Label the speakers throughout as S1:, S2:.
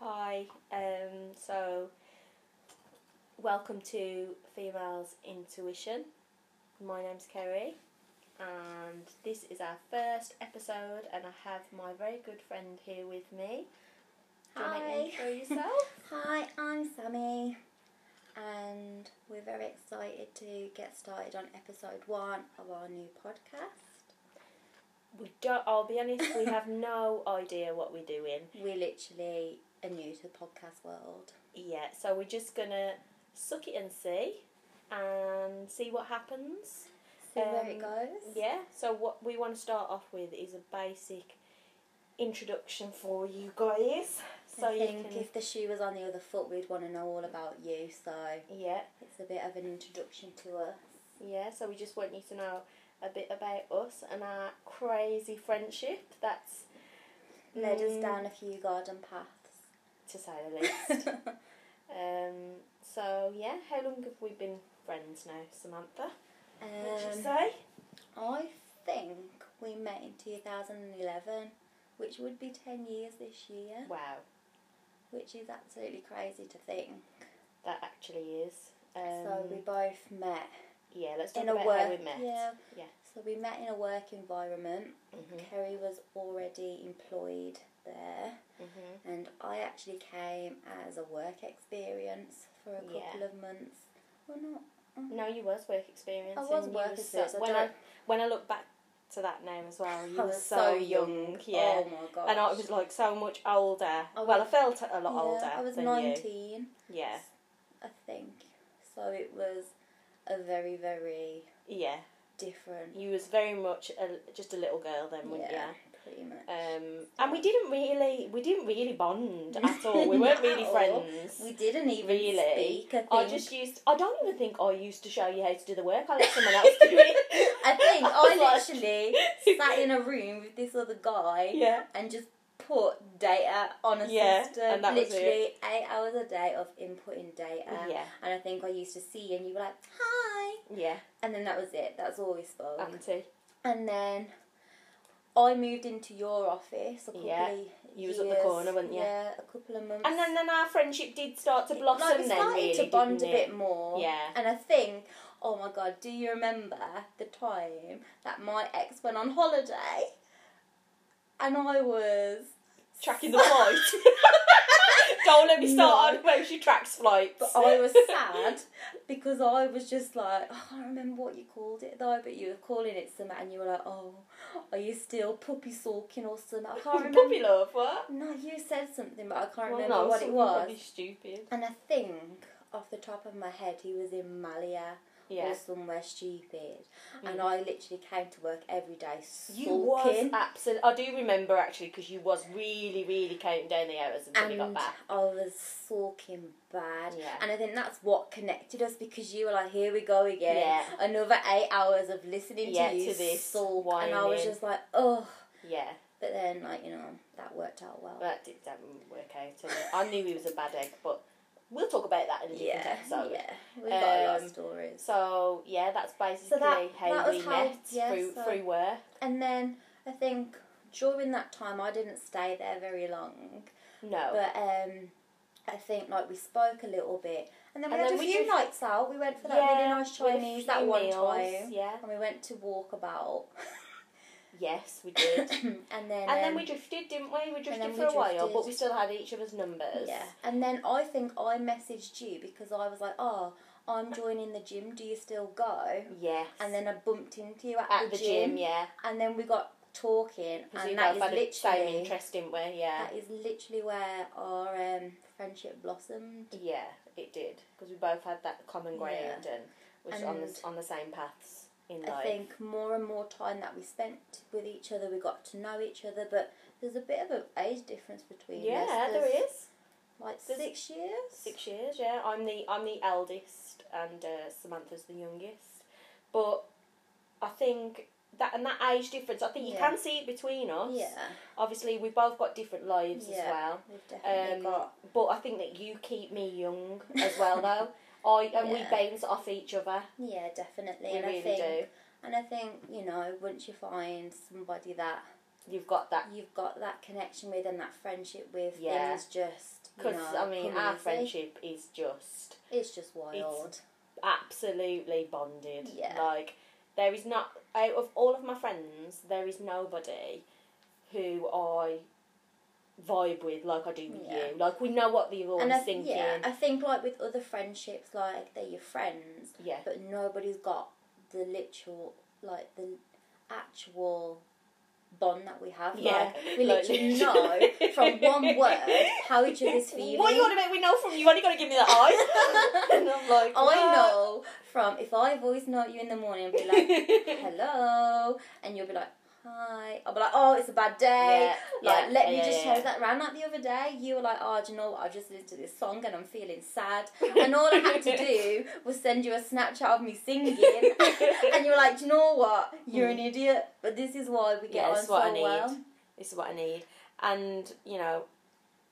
S1: Hi, um, so welcome to Females Intuition. My name's Kerry, and this is our first episode, and I have my very good friend here with me. Do you want to
S2: Hi.
S1: intro yourself?
S2: Hi, I'm Sammy, and we're very excited to get started on episode one of our new podcast.
S1: we don't. I'll be honest. We have no idea what we're doing.
S2: We're literally a new to the podcast world.
S1: Yeah, so we're just gonna suck it and see, and see what happens.
S2: See where
S1: Um,
S2: it goes.
S1: Yeah, so what we want to start off with is a basic introduction for you guys. So
S2: I
S1: you
S2: think
S1: can.
S2: if the shoe was on the other foot, we'd want to know all about you. So
S1: Yeah,
S2: it's a bit of an introduction to us.
S1: yeah, so we just want you to know a bit about us and our crazy friendship that's
S2: Led
S1: mm,
S2: us down a few garden paths.
S1: to say the least. um, so, yeah, how long have we been friends now, Samantha? would you
S2: um,
S1: say?
S2: I think we met in 2011, which would be 10 years this year.
S1: Wow,
S2: which is absolutely crazy to think.
S1: that actually is. Um,
S2: so we both met
S1: yeah, let's talk
S2: in a
S1: about
S2: work
S1: how we met.
S2: Yeah.
S1: Yeah.
S2: So we met in a work environment.
S1: Mhm,
S2: Kerry was already employed there,
S1: mhm.
S2: and I actually came as a work experience for a
S1: Yeah.
S2: couple of months. Well, not.
S1: No, you was work experience.
S2: I was
S1: and you
S2: work
S1: so-
S2: experience. I
S1: when I
S2: don't-
S1: when I look back to that now as well, you
S2: I
S1: were
S2: was
S1: so,
S2: Oh, so
S1: young, yeah.
S2: Oh my god.
S1: and I was like so much older.
S2: I
S1: well, I
S2: was-
S1: felt a lot older.
S2: I was
S1: than
S2: 19,
S1: You. Yeah,
S2: I think. So it was a very, very
S1: yeah.
S2: different.
S1: You was very much a, just a little girl then, weren't
S2: yeah,
S1: you?
S2: pretty much.
S1: Um, and we didn't really, we didn't really bond at all. We weren't really
S2: At all.
S1: friends.
S2: We didn't even
S1: Really?
S2: speak. I, think.
S1: I just used. I don't even think I used to show you how to do the work. I let someone else do it.
S2: I think
S1: I was
S2: I
S1: like-
S2: literally sat in a room with this other guy
S1: Yeah.
S2: and just put data on a
S1: Yeah,
S2: system.
S1: and that was
S2: literally eight hours a day of inputting data.
S1: Yeah.
S2: And I think I used to see you and you were like, hi.
S1: Yeah.
S2: And then that was it. That's all we spoke.
S1: Auntie.
S2: and then I moved into your office a couple
S1: Yeah.
S2: of
S1: You was
S2: years.
S1: up the corner, weren't you?
S2: Yeah, a couple of months.
S1: And then, then our friendship did start to blossom.
S2: like, we
S1: then
S2: started
S1: really,
S2: to bond a
S1: didn't
S2: bit
S1: it?
S2: more.
S1: Yeah.
S2: And I think, oh my god, do you remember the time that my ex went on holiday? And I was
S1: Tracking the flight. Don't let me start
S2: No.
S1: on where she tracks flights.
S2: But I was sad because I was just like, oh, I can't remember what you called it though, but you were calling it something and you were like, oh, are you still puppy sulking or something? I can't remember.
S1: Puppy love, what?
S2: No, you said something, but I can't
S1: Well,
S2: remember
S1: no,
S2: what it
S1: something
S2: was.
S1: really stupid.
S2: And I think, off the top of my head, he was in Malia.
S1: Yeah.
S2: or somewhere stupid.
S1: Mm.
S2: And I literally came to work every day
S1: You
S2: sulking.
S1: was absolutely. I do remember actually because you was really, really counting down the hours until we got
S2: and
S1: back.
S2: I was sulking bad.
S1: Yeah.
S2: And I think that's what connected us because you were like, here we go again.
S1: Yeah.
S2: Another eight hours of listening
S1: Yeah,
S2: to you
S1: to this
S2: sulk. And I was
S1: whining.
S2: just like, oh.
S1: Yeah,
S2: But then, like, you know, that worked out well.
S1: that did that didn't work out. did it? I knew he was a bad egg, but we'll talk about that in a different
S2: yeah.
S1: episode.
S2: yeah. We got a lot
S1: Um,
S2: of stories.
S1: So yeah, that's basically
S2: that-
S1: how
S2: that was
S1: we
S2: how-
S1: met
S2: yeah,
S1: through
S2: so-
S1: through work.
S2: And then I think during that time, I didn't stay there very long.
S1: No,
S2: But um, I think like we spoke a little bit, and then we
S1: And
S2: had
S1: then
S2: a
S1: we
S2: few
S1: did-
S2: nights out. We went for that really nice
S1: with a
S2: Chinese that
S1: few
S2: one
S1: meals,
S2: time,
S1: Yeah.
S2: and we went to walk about,
S1: Yes, we did.
S2: and then
S1: and then
S2: um,
S1: we drifted, didn't we? We drifted
S2: then
S1: for
S2: we
S1: a while, but
S2: drifted.
S1: we still had each other's numbers.
S2: yeah, and then I think I messaged you because I was like, oh, I'm joining the gym. Do you still go?
S1: Yes.
S2: And then I bumped into you at,
S1: at the, gym, yeah.
S2: and then we got talking,
S1: Because we
S2: and
S1: both
S2: that is
S1: had the same
S2: literally
S1: interest, didn't we? Yeah.
S2: that is literally where our um, friendship blossomed.
S1: Yeah, it did. Because we both had that common ground and was on the
S2: And
S1: on the same paths in
S2: I
S1: life.
S2: think more and more time that we spent with each other, we got to know each other, but there's a bit of an age difference between us.
S1: yeah,
S2: There's
S1: there is
S2: Like
S1: There's-
S2: six years?
S1: six years. Yeah, I'm the I'm the eldest, and uh, Samantha's the youngest. But I think that and that age difference, I think you
S2: Yeah.
S1: can see it between us.
S2: Yeah,
S1: Obviously, we've both got different lives as
S2: Yeah.
S1: well.
S2: we've definitely
S1: Um,
S2: got.
S1: but I think that you keep me young as well, though. I and we
S2: Yeah.
S1: bounce off each other.
S2: Yeah, definitely.
S1: we
S2: and
S1: really
S2: I think,
S1: do.
S2: And I think, you know, once you find somebody that
S1: you've got that
S2: you've got that connection with and that friendship with.
S1: Yeah.
S2: Yeah. Things just. you
S1: because
S2: know,
S1: I mean our
S2: come easy.
S1: friendship is just
S2: It's just wild.
S1: absolutely bonded.
S2: Yeah.
S1: Like there is not out of all of my friends, there is nobody who I vibe with like I do with
S2: Yeah.
S1: you. Like we know what the other
S2: and
S1: one's
S2: I, th-
S1: thinking.
S2: yeah, I think like with other friendships, like they're your friends,
S1: yeah.
S2: but nobody's got the literal, like the actual bond that we have.
S1: Yeah,
S2: like, we
S1: like,
S2: literally
S1: literally.
S2: know from one word how each other's feeling.
S1: What you want to make me know from you? You only got to give me the eye. and I'm like,
S2: I know from if I voice note you in the morning and be like, hello, and you'll be like, hi. I'll be like, oh, it's a bad day.
S1: Yeah,
S2: Like,
S1: yeah,
S2: let me
S1: yeah,
S2: just
S1: yeah.
S2: change that round. Like the other day, you were like, oh, do you know what? I've just listened to this song and I'm feeling sad. And all I had to do was send you a Snapchat of me singing. and you were like, do you know what? You're an idiot. But this is why we
S1: Hmm.
S2: get
S1: Yeah,
S2: on
S1: this is what
S2: so
S1: I need.
S2: well.
S1: This is what I need. And you know,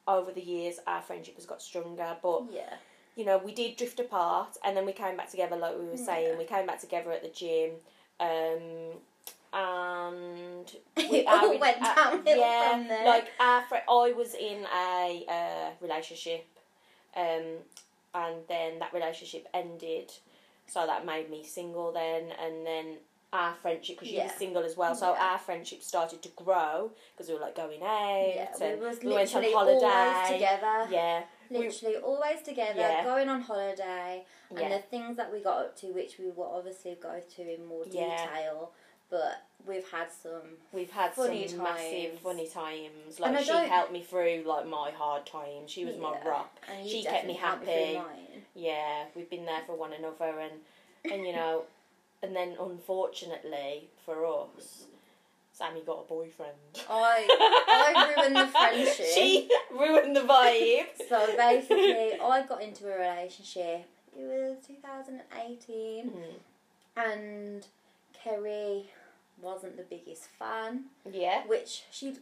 S1: over the years, our friendship has got stronger, but
S2: Yeah.
S1: you know, we did drift apart and then we came back together, like we were saying.
S2: Yeah.
S1: We came back together at the gym. Um, and
S2: it all
S1: our-
S2: went
S1: our-
S2: downhill
S1: uh, yeah,
S2: from there.
S1: Like, our fri I was in a uh, relationship, um, and then that relationship ended, so that made me single then, and then our friendship, because you were
S2: Yeah.
S1: single as well, so
S2: Yeah.
S1: our friendship started to grow because we were like going out
S2: yeah,
S1: and
S2: we was
S1: we went on
S2: literally always
S1: holiday.
S2: together.
S1: yeah, We-
S2: literally always together,
S1: Yeah.
S2: going on holiday, and
S1: yeah.
S2: the things that we got up to, which we will obviously go to in more
S1: Yeah.
S2: detail, but we've had some.
S1: We've had
S2: Funny
S1: some
S2: times.
S1: massive funny times.
S2: And I
S1: Like she
S2: don't-
S1: helped me through like my hard times. She was my
S2: Yeah.
S1: rock.
S2: And you
S1: She kept me
S2: definitely helped
S1: happy.
S2: through mine.
S1: Yeah, we've been there for one another, and and you know, and then unfortunately for us, Sammy got a boyfriend.
S2: I- I ruined the friendship.
S1: she ruined the vibe.
S2: So basically, I got into a relationship. It was 2018,
S1: Mm,
S2: and Kerry wasn't the biggest fan.
S1: yeah,
S2: which she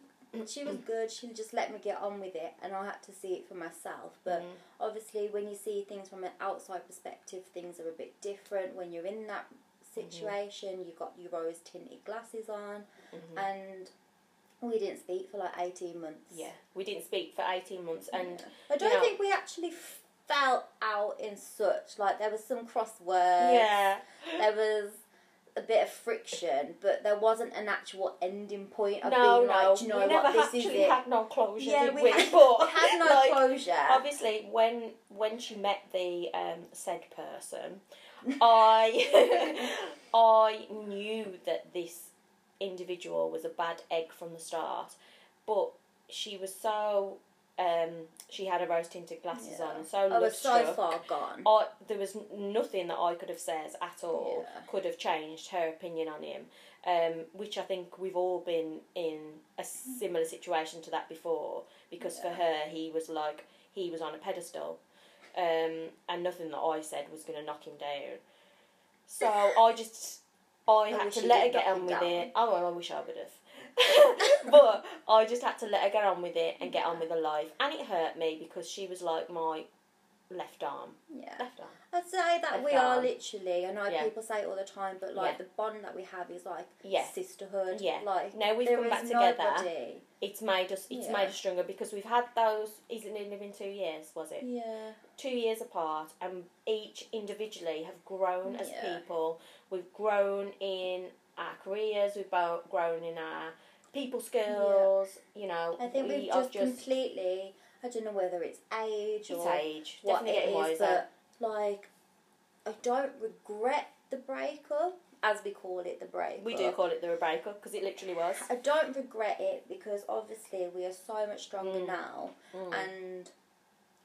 S2: she was good. She just let me get on with it, and I had to see it for myself. But
S1: Mm.
S2: obviously, when you see things from an outside perspective, things are a bit different. When you're in that
S1: Mm-hmm.
S2: situation, you've got your rose tinted glasses on,
S1: Mhm.
S2: and we didn't speak for like eighteen months.
S1: yeah. We didn't speak for eighteen months, and
S2: I don't
S1: Yeah.
S2: think we actually fell out in such like there was some crosswords.
S1: yeah,
S2: there was. A bit of friction, but there wasn't an actual ending point of
S1: no,
S2: being
S1: no,
S2: like, "Do you know
S1: we
S2: what?
S1: never
S2: this is
S1: actually
S2: it.
S1: had no closure,
S2: Yeah,
S1: did
S2: we
S1: we?
S2: had,
S1: But,
S2: we had no
S1: like,
S2: closure.
S1: Obviously, when when she met the um, said person, I I knew that this individual was a bad egg from the start, but she was so um, she had her rose tinted glasses
S2: Yeah.
S1: on, so
S2: I was so
S1: love-struck.
S2: far gone.
S1: I, there was n- nothing that I could have said at all
S2: Yeah.
S1: could have changed her opinion on him, um, which I think we've all been in a similar situation to that before. Because for
S2: Yeah.
S1: her, he was like he was on a pedestal, um, and nothing that I said was going to knock him down. So I just I
S2: I
S1: had
S2: wish
S1: to
S2: he
S1: let her
S2: did
S1: get
S2: knock
S1: on
S2: him
S1: with
S2: down.
S1: it. Oh, well, I wish I would have, but I just had to let her get on with it and get on with her life, and it hurt me because she was like my left arm.
S2: Yeah,
S1: Left arm.
S2: I'd say that
S1: I've
S2: we are
S1: gone.
S2: literally. I know
S1: Yeah.
S2: people say it all the time, but like
S1: Yeah.
S2: the bond that we have is like
S1: Yeah.
S2: sisterhood.
S1: Yeah.
S2: like
S1: Now we've
S2: there
S1: come back
S2: is
S1: together.
S2: nobody.
S1: It's made us. It's
S2: Yeah.
S1: made us stronger because we've had those. Isn't it living two years? Was it
S2: Yeah,
S1: two years apart? And each individually have grown as
S2: Yeah.
S1: people. We've grown in our careers. We've bo- grown in our people skills. You know,
S2: I think
S1: we
S2: we have
S1: are
S2: just, completely. I don't know whether it's
S1: it's
S2: age or
S1: age.
S2: what
S1: Definitely
S2: it
S1: getting
S2: is,
S1: wiser.
S2: but like, I don't regret the breakup, as we call it, the breakup.
S1: uh, we do call it the breakup because it literally was.
S2: I don't regret it because obviously we are so much stronger
S1: Mm.
S2: now
S1: Mm.
S2: and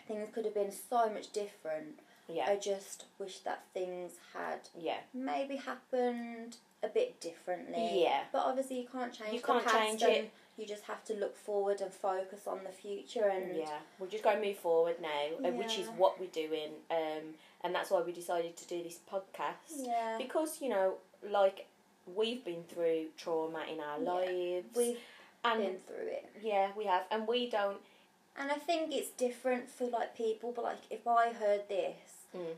S2: things could have been so much different.
S1: yeah,
S2: I just wish that things had
S1: yeah,
S2: maybe happened a bit differently.
S1: yeah.
S2: But obviously you can't change
S1: You
S2: the
S1: can't
S2: past
S1: change
S2: and
S1: it.
S2: you just have to look forward and focus on the future and
S1: Yeah, we're just going to move forward now, uh, which is
S2: Yeah.
S1: what we're doing, um, and that's why we decided to do this podcast
S2: Yeah.
S1: because you know, like we've been through trauma in our
S2: Yeah.
S1: lives,
S2: We've
S1: and
S2: been through it.
S1: yeah, we have, and we don't.
S2: And I think it's different for like people, but like if I heard this
S1: Mm.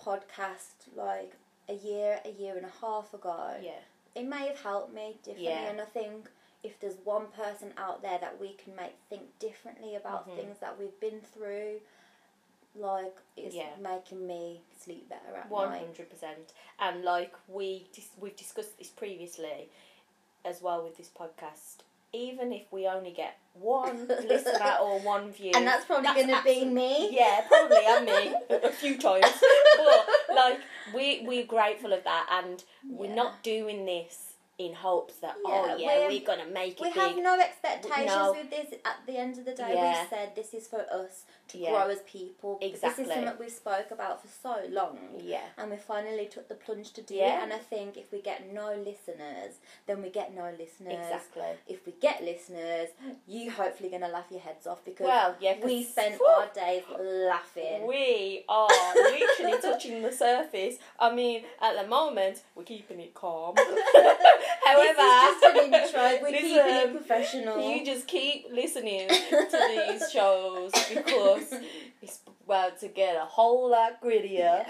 S2: podcast like a year, a year and a half ago,
S1: Yeah,
S2: it may have helped me differently
S1: Yeah.
S2: and I think if there's one person out there that we can make think differently about
S1: Mhm.
S2: things that we've been through, like it's
S1: Yeah.
S2: making me sleep better at
S1: One
S2: night.
S1: hundred percent. And like we dis- we've discussed this previously, as well with this podcast. Even if we only get one listener or one view,
S2: And that's probably
S1: That's
S2: gonna be
S1: absolute-
S2: me.
S1: yeah, probably and me a few times. But like we we're grateful of that, and we're
S2: Yeah.
S1: not doing this in hopes that oh
S2: Yeah,
S1: yeah
S2: we-
S1: we're gonna make
S2: We
S1: it
S2: have
S1: big.
S2: no expectations
S1: No.
S2: with this. At the end of the day,
S1: Yeah.
S2: we said this is for us to
S1: Yeah.
S2: grow as people.
S1: Exactly.
S2: This is something we spoke about for so long.
S1: Yeah,
S2: And we finally took the plunge to do
S1: Yeah.
S2: it. And I think if we get no listeners, then we get no listeners.
S1: exactly.
S2: If we get listeners, you hopefully gonna laugh your heads off because
S1: Well, yeah, 'cause-
S2: we spend
S1: Whew.
S2: our days laughing.
S1: We are literally touching the surface. I mean, at the moment, we're keeping it calm. However,
S2: this is just an intro. We're keeping
S1: listen,
S2: it professional.
S1: You just keep listening to these shows because it's about to get a whole lot grittier.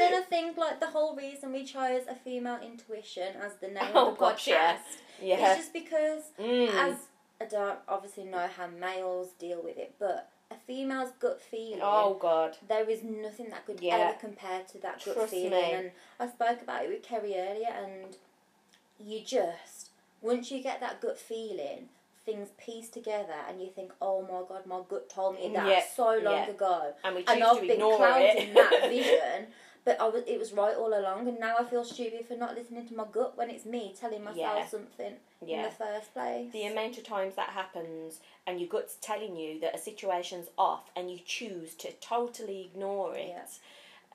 S2: then I think like the whole reason we chose a female intuition as the name
S1: Oh,
S2: of the
S1: gosh,
S2: podcast
S1: yeah. yeah,
S2: is just because
S1: Mm.
S2: as I don't obviously know how males deal with it, but a female's gut feeling
S1: oh god,
S2: there is nothing that could
S1: Yeah.
S2: ever compare to that gut
S1: Trust
S2: feeling.
S1: me.
S2: And I spoke about it with Kerry earlier, and you just once you get that gut feeling, things piece together, and you think, "Oh my god, my gut told me that
S1: Mm, Yeah,
S2: so long
S1: yeah.
S2: ago,"
S1: and we choose
S2: and I've
S1: to
S2: been
S1: ignore
S2: clouding
S1: it.
S2: that vision. But I was, it was right all along, and now I feel stupid for not listening to my gut when it's me telling myself
S1: Yeah.
S2: something in
S1: yeah,
S2: the first place.
S1: the amount of times that happens, and your gut's telling you that a situation's off, and you choose to totally ignore it.
S2: Yeah.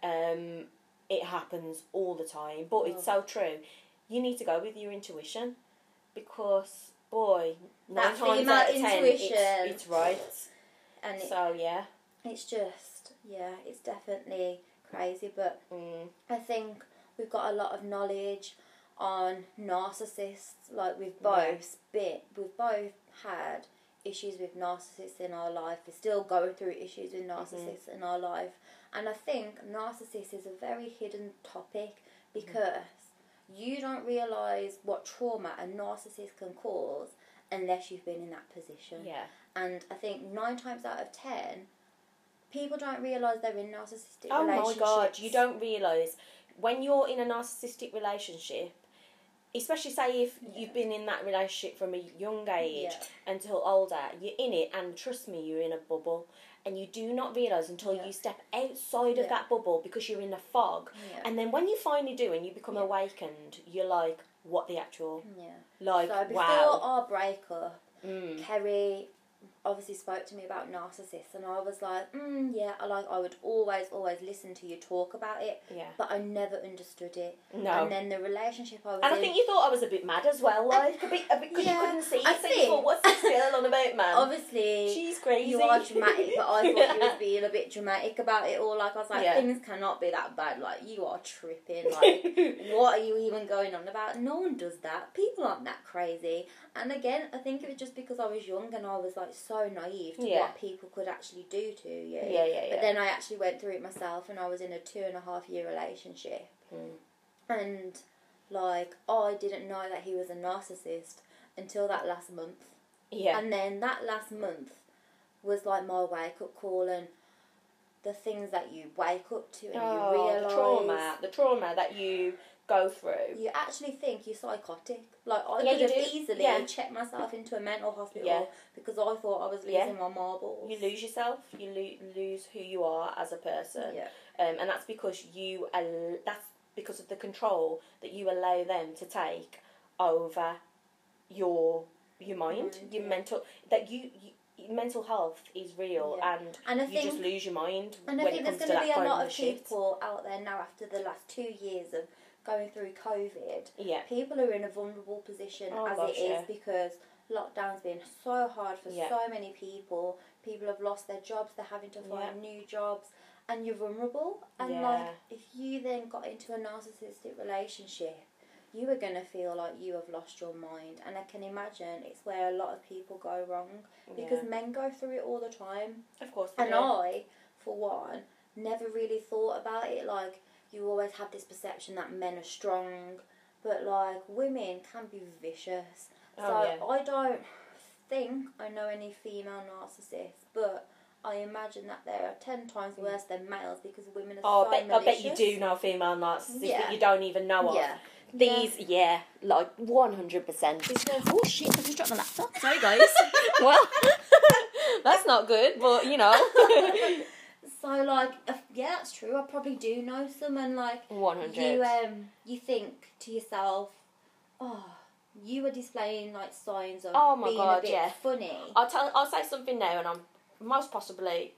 S1: Um, it happens all the time, but
S2: Mm.
S1: it's so true. You need to go with your intuition because, boy, nine
S2: That
S1: times
S2: female
S1: out of ten, it's,
S2: intuition.
S1: it's right.
S2: and it,
S1: So yeah,
S2: it's just, yeah, it's definitely crazy, but
S1: mm,
S2: I think we've got a lot of knowledge on narcissists. Like we've both been, we've both had issues with narcissists in our life. We're still going through issues
S1: Mm-hmm.
S2: with narcissists in our life, and I think narcissists is a very hidden topic because you don't realise what trauma a narcissist can cause unless you've been in that position.
S1: yeah,
S2: And I think nine times out of ten. People don't realise they're in narcissistic
S1: Oh my
S2: relationships.
S1: god, you don't realise when you're in a narcissistic relationship, especially say if
S2: Yeah.
S1: you've been in that relationship from a young age
S2: Yeah.
S1: until older, you're in it, and trust me, you're in a bubble. And you do not realise until
S2: Yeah.
S1: you step outside of
S2: Yeah.
S1: that bubble because you're in a fog.
S2: Yeah.
S1: And then when you finally do and you become
S2: Yeah.
S1: awakened, you're like, what the actual?
S2: Yeah.
S1: Like,
S2: so before
S1: wow.
S2: our breakup,
S1: Mm.
S2: Kerry obviously spoke to me about narcissists, and I was like, mm, yeah, I like. I would always, always listen to you talk about it,
S1: Yeah.
S2: but I never understood it.
S1: No.
S2: And then the relationship I was
S1: And I
S2: in.
S1: think you thought I was a bit mad as well, like a bit, a bit 'cause
S2: Yeah,
S1: you couldn't see.
S2: I
S1: so you
S2: think-
S1: thought, what's this girl on about, man?
S2: obviously.
S1: She's crazy.
S2: you are dramatic, but I thought you
S1: Yeah.
S2: was being a bit dramatic about it all. Like I was like,
S1: Yeah.
S2: things cannot be that bad. Like you are tripping. Like what are you even going on about? No one does that. People aren't that crazy. And again, I think it was just because I was young and I was like so naive to
S1: Yeah.
S2: what people could actually do to you.
S1: yeah, yeah, yeah.
S2: But then I actually went through it myself and I was in a two and a half year relationship.
S1: Mm.
S2: And like, I didn't know that he was a narcissist until that last month.
S1: yeah,
S2: And then that last month was like my wake up call and the things that you wake up to and you
S1: oh,
S2: realise.
S1: the trauma, the trauma that you go through.
S2: You actually think you're psychotic. Like I
S1: Yeah,
S2: could
S1: you
S2: have
S1: do.
S2: easily
S1: Yeah.
S2: checked myself into a mental hospital
S1: Yeah.
S2: because I thought I was losing
S1: Yeah.
S2: my marbles.
S1: You lose yourself. You lo- lose who you are as a person,
S2: Yeah.
S1: um, and that's because you. Al- that's because of the control that you allow them to take over your your mind,
S2: Mind,
S1: your
S2: yeah.
S1: mental. That you, you mental health is real,
S2: Yeah.
S1: and
S2: And I
S1: you
S2: think
S1: just lose your mind
S2: and I
S1: when
S2: think
S1: it comes
S2: there's
S1: to that
S2: going to be a
S1: kind
S2: lot
S1: of
S2: of
S1: shit.
S2: people out there now after the last two years of going through COVID.
S1: Yeah,
S2: People are in a vulnerable position
S1: Oh,
S2: as
S1: gosh,
S2: it is
S1: yeah.
S2: because lockdown's been so hard for
S1: Yeah.
S2: so many people. People have lost their jobs. They're having to find new jobs, and you're vulnerable. And
S1: Yeah.
S2: like, if you then got into a narcissistic relationship, you are gonna feel like you have lost your mind. And I can imagine it's where a lot of people go wrong because men go through it all the time.
S1: yeah. of course. they
S2: And
S1: do.
S2: I, for one, never really thought about it. Like, you always have this perception that men are strong, but like, women can be vicious. So
S1: Oh, yeah.
S2: I don't think I know any female narcissists, but I imagine that they are ten times
S1: Mm.
S2: worse than males because women are
S1: Oh,
S2: so
S1: I bet, I bet
S2: malicious.
S1: you do know female narcissists
S2: Yeah.
S1: that you don't even know of.
S2: Yeah.
S1: These, yeah, like one hundred percent. Oh shit! I just dropped my laptop. Sorry, guys. well, that's not good, but you know,
S2: So like, if, yeah, that's true. I probably do know some, and like,
S1: one
S2: you
S1: hundred.
S2: um, you think to yourself, oh, you were displaying like signs of
S1: Oh my
S2: being a
S1: God,
S2: bit
S1: yeah.
S2: funny.
S1: I'll tell. I'll say something now, and I'm most possibly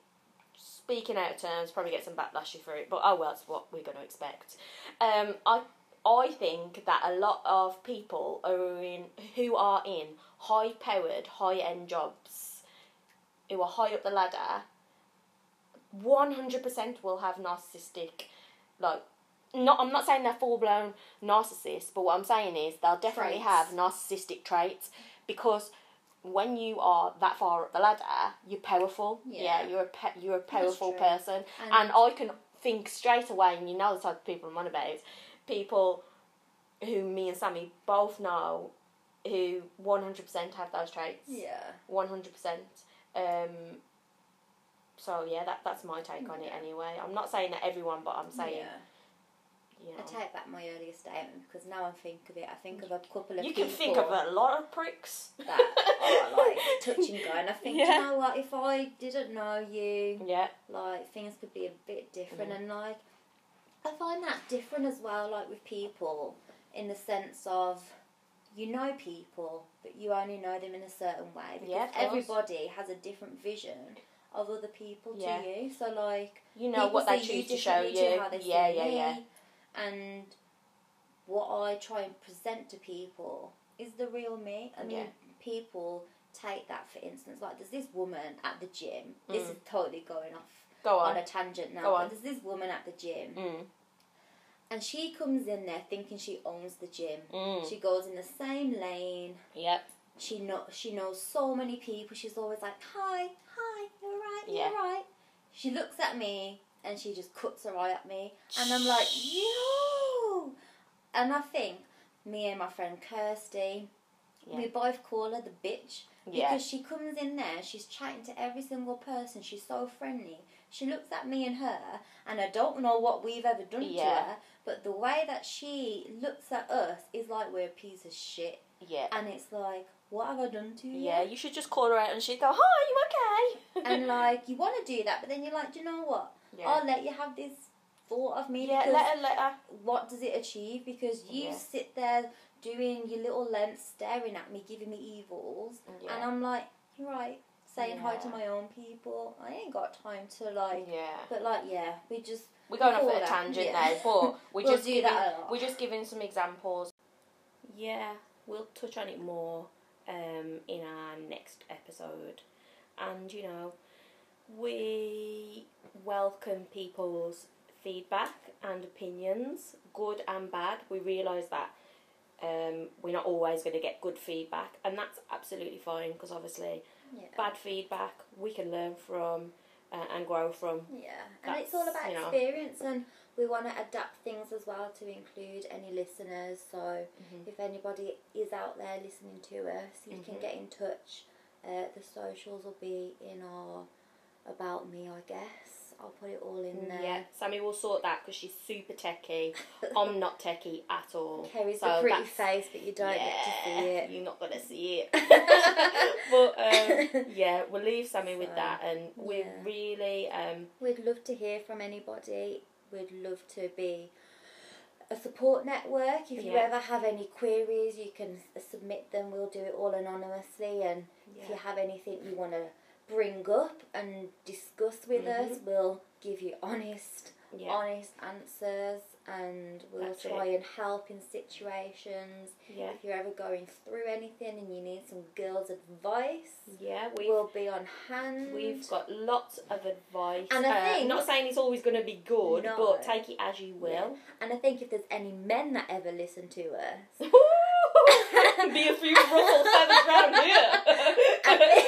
S1: speaking out of terms. Probably get some backlash for it, but oh well, it's what we're going to expect. Um, I I think that a lot of people are in who are in high powered, high end jobs, who are high up the ladder. One hundred percent will have narcissistic, like. Not, I'm not saying they're full blown narcissists, but what I'm saying is they'll definitely
S2: Traits.
S1: have narcissistic traits because when you are that far up the ladder, you're powerful.
S2: Yeah.
S1: Yeah, you're a pe- you're a powerful
S2: true.
S1: person,
S2: And-
S1: and, I can think straight away, and you know the type of people I'm on about. People who me and Sammy both know, who 100% have those traits.
S2: yeah.
S1: 100%. Um, so yeah, that that's my take on it.
S2: Yeah.
S1: Anyway, I'm not saying that everyone, but I'm saying
S2: Yeah.
S1: you
S2: I
S1: know.
S2: take back my earlier statement because now I think of it, I think of a couple of
S1: You
S2: people
S1: can think of a lot of pricks.
S2: that are like touch and go, and I think
S1: Yeah.
S2: you know what? If I didn't know you,
S1: Yeah.
S2: like things could be a bit different and like i find that different as well like with people in the sense of you know people but you only know them in a certain way because
S1: Yeah, of course.
S2: everybody has a different vision of other people
S1: Yeah.
S2: to you so like
S1: You know
S2: people
S1: what they
S2: see you
S1: choose to show you.
S2: differently to how they
S1: yeah,
S2: see
S1: yeah,
S2: me,
S1: yeah.
S2: and what i try and present to people is the real me i mean
S1: Yeah.
S2: people take that for instance like there's this woman at the gym this
S1: Mm.
S2: is totally going off
S1: Go
S2: on
S1: on.
S2: a tangent now.
S1: Go
S2: but
S1: on.
S2: There's this woman at the gym,
S1: Mm.
S2: and she comes in there thinking she owns the gym.
S1: Mm.
S2: She goes in the same lane.
S1: Yep.
S2: She know she knows so many people. She's always like, "Hi, hi, you're right,
S1: Yeah.
S2: you're right." She looks at me and she just cuts her eye at me, and I'm like, "Yo!" And I think me and my friend Kirsty, we
S1: Yeah.
S2: both call her the bitch
S1: Yeah.
S2: because she comes in there, she's chatting to every single person. She's so friendly. She looks at me and her, and I don't know what we've ever done to
S1: Yeah.
S2: her, but the way that she looks at us is like we're a piece of shit.
S1: Yeah.
S2: And it's like, what have I done to you?
S1: Yeah, you should just call her out and she'd go, Hi, you okay?
S2: And like, you want to do that, but then you're like, do you know what?
S1: yeah.
S2: I'll let you have this thought of me.
S1: yeah,
S2: because
S1: let her, let her.
S2: what does it achieve? Because you
S1: Yeah.
S2: sit there doing your little length, staring at me, giving me evils. And
S1: Yeah.
S2: I'm like, you're right, saying hi to
S1: Yeah.
S2: my own people. I ain't got time to like.
S1: yeah.
S2: But like, yeah, we just
S1: We're going off
S2: before
S1: at a
S2: that,
S1: tangent
S2: yeah.
S1: now, but we're
S2: We'll
S1: just
S2: do
S1: giving,
S2: that a lot.
S1: we're just giving some examples. Yeah, we'll touch on it more um, in our next episode, and you know, we welcome people's feedback and opinions, good and bad. We realise that. Um, we're not always going to get good feedback, and that's absolutely fine because obviously,
S2: yeah,
S1: bad feedback we can learn from uh, and grow from.
S2: yeah. And it's
S1: that's,
S2: all about
S1: you know.
S2: experience, and we want to adapt things as well to include any listeners. So
S1: Mm-hmm.
S2: if anybody is out there listening to us, you can
S1: Mhm.
S2: get in touch. Uh, the socials will be in our about me, I guess. I'll put it all in there.
S1: Mm, Yeah, Sammy will sort that because she's super techie. I'm not techie at all.
S2: Carries
S1: So
S2: a pretty
S1: that's-
S2: face, but you don't get
S1: You're not gonna see it.
S2: to
S1: but
S2: see
S1: um,
S2: it.
S1: yeah, we'll leave Sammy with
S2: So,
S1: that, and we
S2: yeah.
S1: really um,
S2: We'd love to hear from anybody. We'd love to be a support network. If you
S1: Yeah.
S2: ever have any queries, you can s- submit them. We'll do it all anonymously. And if you
S1: yeah.
S2: have anything you want to bring up and discuss with us, we'll give you honest,
S1: Mm-hmm. Yeah,
S2: honest answers. And we'll
S1: That's
S2: try and help in situations.
S1: yeah,
S2: If you're ever going through anything and you need some girls' advice,
S1: yeah. We've
S2: we'll be on hand.
S1: we've got lots of advice,
S2: And I
S1: Uh,
S2: think-
S1: not saying it's always gonna be good,
S2: No.
S1: but take it as you will.
S2: And I think if there's any men that ever listen to us,
S1: be a few ruffled feathers round here.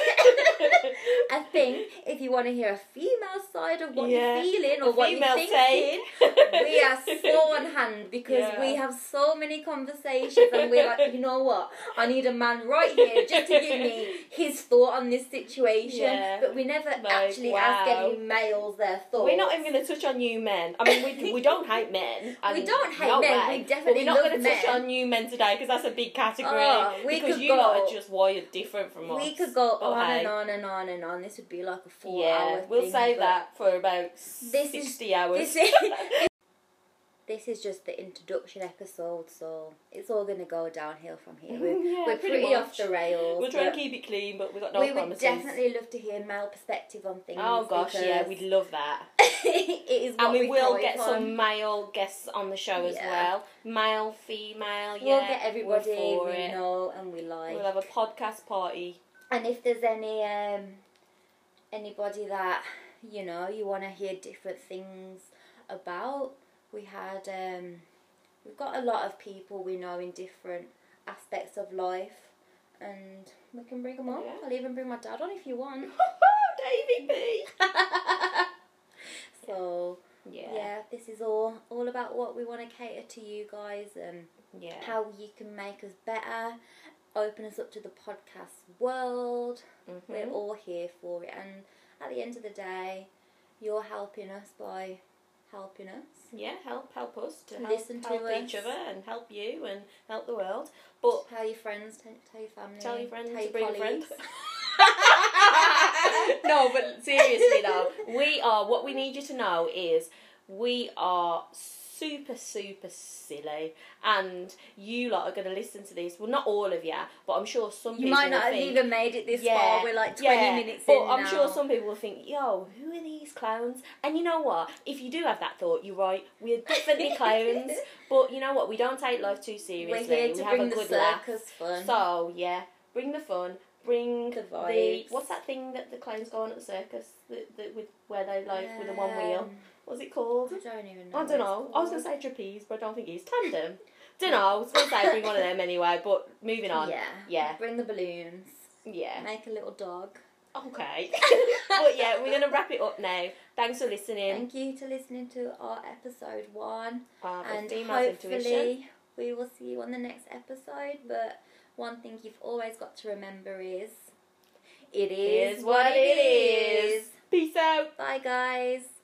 S2: I think, I think if you want to hear a female side of what
S1: Yeah.
S2: you're feeling or
S1: A
S2: what you're
S1: female
S2: thinking, we are so on hand because
S1: Yeah.
S2: we have so many conversations and we're like, you know what? I need a man right here just to give me his thought on this situation.
S1: Yeah.
S2: But we never
S1: Like,
S2: actually ask
S1: wow.
S2: any males their thoughts.
S1: We're not even going to touch on you men. I mean, we, we don't hate men. and
S2: We don't hate
S1: no
S2: men, we
S1: way.
S2: definitely
S1: But we're not
S2: love
S1: going to touch
S2: men.
S1: on you men today because that's a big category.
S2: Oh, we
S1: because
S2: could
S1: you lot
S2: go-
S1: are just wired different from us.
S2: we could go
S1: But
S2: on
S1: hey.
S2: and on and on and on. This would be like a four
S1: Yeah,
S2: hour
S1: we'll
S2: thing,
S1: save
S2: but
S1: that for about
S2: This is-
S1: sixty hours.
S2: this is- This is just the introduction episode, so it's all going to go downhill from here. We're,
S1: Yeah,
S2: we're
S1: pretty
S2: pretty,
S1: much.
S2: off the rails.
S1: we'll try and
S2: but
S1: keep it clean, but we've got no
S2: we would
S1: promises.
S2: definitely love to hear male perspective on things.
S1: oh gosh, yeah,
S2: because
S1: we'd love that.
S2: it is
S1: And
S2: what
S1: we, will
S2: thrive
S1: get
S2: on.
S1: some male guests on the show as
S2: Yeah.
S1: well. Male, female, yeah.
S2: we'll get everybody
S1: we're for
S2: we
S1: it.
S2: know and we like.
S1: We'll have a podcast party.
S2: and if there's any um, anybody that you know you want to hear different things about, we had um, we've got a lot of people we know in different aspects of life, and we can bring them on.
S1: Yeah.
S2: I'll even bring my dad on if you want.
S1: Davy B.
S2: so
S1: Yeah.
S2: yeah. this is all all about what we want to cater to you guys and
S1: Yeah.
S2: how you can make us better, open us up to the podcast world.
S1: Mhm.
S2: We're all here for it, and at the end of the day, you're helping us by helping us.
S1: Yeah, help help us to help,
S2: Listen to
S1: help
S2: us.
S1: each other and help you and help the world. But
S2: Tell your friends, t- tell your family,
S1: Tell your friends
S2: tell
S1: to
S2: your
S1: bring a friend.
S2: colleagues.
S1: no, but seriously though, we are what we need you to know is we are super super silly and you lot are going to listen to this well not all of you but i'm sure some
S2: You
S1: people
S2: might not
S1: will
S2: have
S1: think,
S2: even made it this far. We're like twenty
S1: yeah,
S2: minutes
S1: but
S2: in
S1: I'm
S2: now.
S1: sure some people will think, yo, who are these clowns? And you know what? If you do have that thought, you're right. We're definitely clowns. But you know what? We don't take life too
S2: We're
S1: seriously.
S2: here to
S1: we
S2: bring
S1: have a
S2: the
S1: good
S2: circus
S1: laugh.
S2: fun.
S1: So, yeah, bring the fun. Bring
S2: The
S1: the,
S2: vibes.
S1: what's that thing that the clowns go on at the circus that, that with where they like with the one wheel?
S2: Um,
S1: What's it called?
S2: I don't even
S1: I
S2: know. what it's
S1: don't know. I was gonna
S2: called.
S1: say trapeze, but I don't think it's tandem. Don't know. I was gonna say bring one of them anyway. But moving on.
S2: Yeah.
S1: Yeah.
S2: Bring the balloons.
S1: yeah.
S2: Make a little dog.
S1: Okay. but yeah, we're going to wrap it up now. Thanks for listening.
S2: Thank you to listening to our episode one,
S1: Um,
S2: and
S1: Females Intuition.
S2: hopefully we will see you on the next episode. But one thing you've always got to remember is, it is,
S1: Is what it is. Peace out.
S2: Bye, guys.